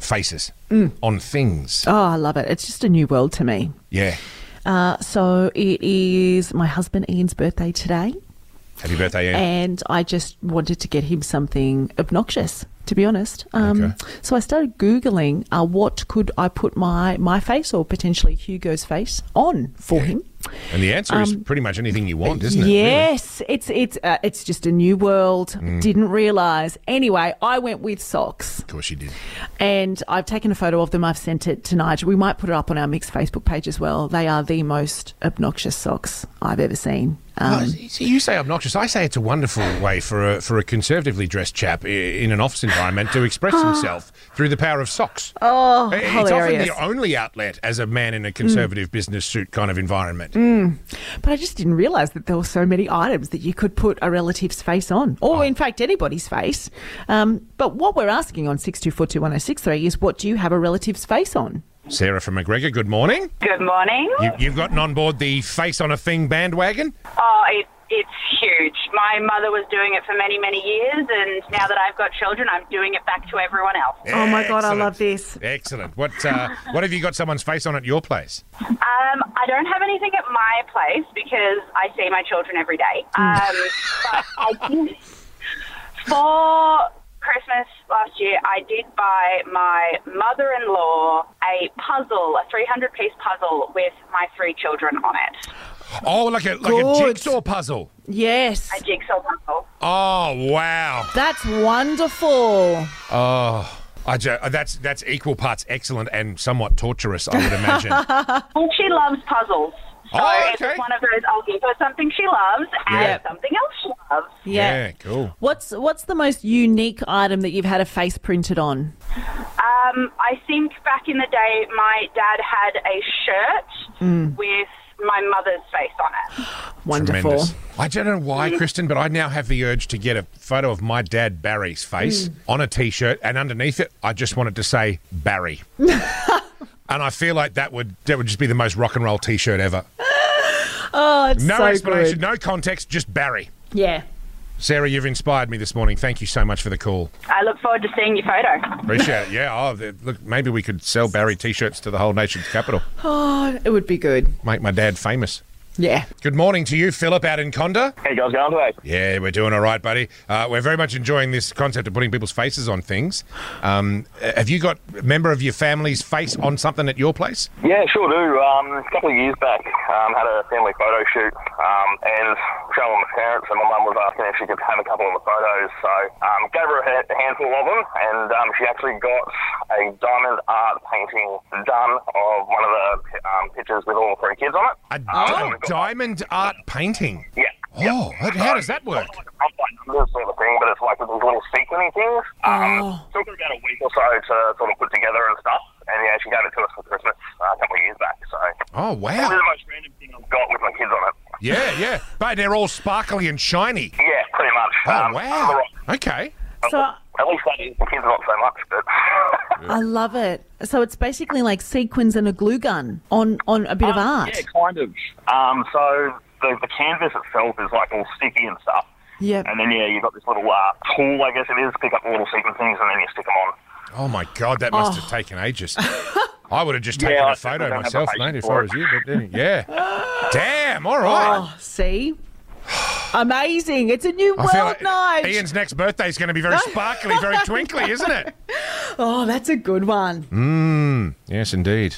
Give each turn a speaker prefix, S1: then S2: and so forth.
S1: faces
S2: Mm.
S1: on things.
S2: Oh, I love it. It's just a new world to me.
S1: Yeah.
S2: Uh, so it is my husband Ian's birthday today,
S1: Happy birthday, Ian.
S2: and I just wanted to get him something obnoxious. To be honest, um,
S1: Okay.
S2: so I started googling uh, what could I put my my face or potentially Hugo's face on for him.
S1: And the answer
S2: um,
S1: is pretty much anything you want, isn't it?
S2: Yes, it's it's uh, it's just a new world.
S1: Mm.
S2: Didn't realize. Anyway, I went with socks.
S1: Of course you did.
S2: And I've taken a photo of them. I've sent it to Nigel. We might put it up on our Mix Facebook page as well. They are the most obnoxious socks I've ever seen. Um,
S1: See, you say obnoxious. I say it's a wonderful way for a, for a conservatively dressed chap i- in an office environment to express himself through the power of socks. Oh, it's
S2: hilarious. Mm.
S1: often the only outlet as a man in a conservative business suit kind of environment.
S2: but I just didn't realise that there were so many items that you could put a relative's face on, or in fact anybody's face. Um, but what we're asking on six two four two one zero six three is, what do you have a relative's face on?
S1: Sarah from McGregor, good morning.
S3: Good morning.
S1: You, you've gotten on board the face on a thing bandwagon.
S3: Oh, it, it's huge. My mother was doing it for many, many years, and now that I've got children, I'm doing it back to everyone else.
S2: Oh my God, I love this.
S1: Excellent. What uh, what have you got someone's face on at your place?
S3: Um, I don't have anything at my place because I see my children every day. Um, but I did, for Christmas last year, I did buy my mother-in-law a puzzle, a 300-piece puzzle with my three children on it.
S1: Oh, like a like a
S2: Good.
S1: jigsaw puzzle.
S2: Yes,
S3: A jigsaw puzzle.
S1: Oh wow.
S2: that's wonderful.
S1: Oh, I ju- that's that's equal parts excellent and somewhat torturous, I would imagine.
S3: Well, she loves puzzles. So
S1: Oh,
S3: it's
S1: okay.
S3: one of those, I'll give her something she loves and
S1: Yeah.
S3: something else she loves.
S1: yeah, cool.
S2: What's what's the most unique item that you've had a face printed on?
S3: Um, I think back in the day, my dad had a shirt with my mother's face on it.
S2: Wonderful.
S1: Tremendous. I don't know why, Kristen, but I now have the urge to get a photo of my dad Barry's
S2: Mm.
S1: face on a T-shirt, and underneath it, I just wanted to say Barry. and I feel like that would that would just be the most rock and roll T-shirt ever.
S2: Oh, it's
S1: No
S2: so
S1: explanation,
S2: good.
S1: no context, just Barry.
S2: Yeah.
S1: Sarah, you've inspired me this morning. Thank you so much for the call.
S3: I look forward to seeing your photo.
S1: Appreciate it. Yeah. Oh, the- look, maybe we could sell Barry T-shirts to the whole nation's capital.
S2: Oh, it would be good.
S1: Make my dad famous.
S2: Yeah.
S1: Good morning to you, Philip, out in Conda.
S4: How you guys going today?
S1: Yeah, we're doing all right, buddy. Uh, we're very much enjoying this concept of putting people's faces on things. Um, uh, have you got a member of your family's face on something at your place?
S4: Yeah, sure do. Um, a couple of years back, um, had a family photo shoot um, and showing my parents, and my mum was asking if she could have a couple of the photos. So um, gave her a ha- a handful of them, and um, she actually got a diamond art painting done of one of the um, pictures with all three kids on it.
S1: A
S4: Um,
S1: di- diamond art painting.
S4: yeah. yeah.
S1: Oh, how- how does that work?
S4: I'm like this sort of thing, but it's like with these little sequiny things. Um,
S2: Oh.
S4: Took her about a week or so to sort of put together and stuff. And yeah, she gave it to us for Christmas uh, a couple of years back. So
S1: Oh,
S4: this is
S1: wow.
S4: the most random thing I've got with my kids on it.
S1: Yeah, yeah. But they're all sparkly and shiny.
S4: Yeah, pretty much.
S1: Oh,
S4: Um,
S1: wow.
S4: otherwise-
S1: Okay.
S2: So
S4: At least that is the kids not so much, but
S2: I love it. So it's basically like sequins and a glue gun on on a bit of art.
S4: yeah, kind of. Um, so the, the canvas itself is like all sticky and stuff.
S2: Yep.
S4: And then yeah, you've got this little uh, tool, I guess it is, pick up the little sequin things and then you stick them on.
S1: Oh, my God, that must have taken ages. I would have just taken
S4: Oh. I
S1: a photo
S4: definitely don't have the
S1: myself, mate, if
S4: patience
S1: I
S4: for
S1: was
S4: it.
S1: you. But anyway, yeah. Damn, all right.
S2: Oh, see, amazing! It's a new world, Nige.
S1: Ian's next birthday is going to be very sparkly, very twinkly, isn't it?
S2: Oh, that's a good one.
S1: Yes, indeed.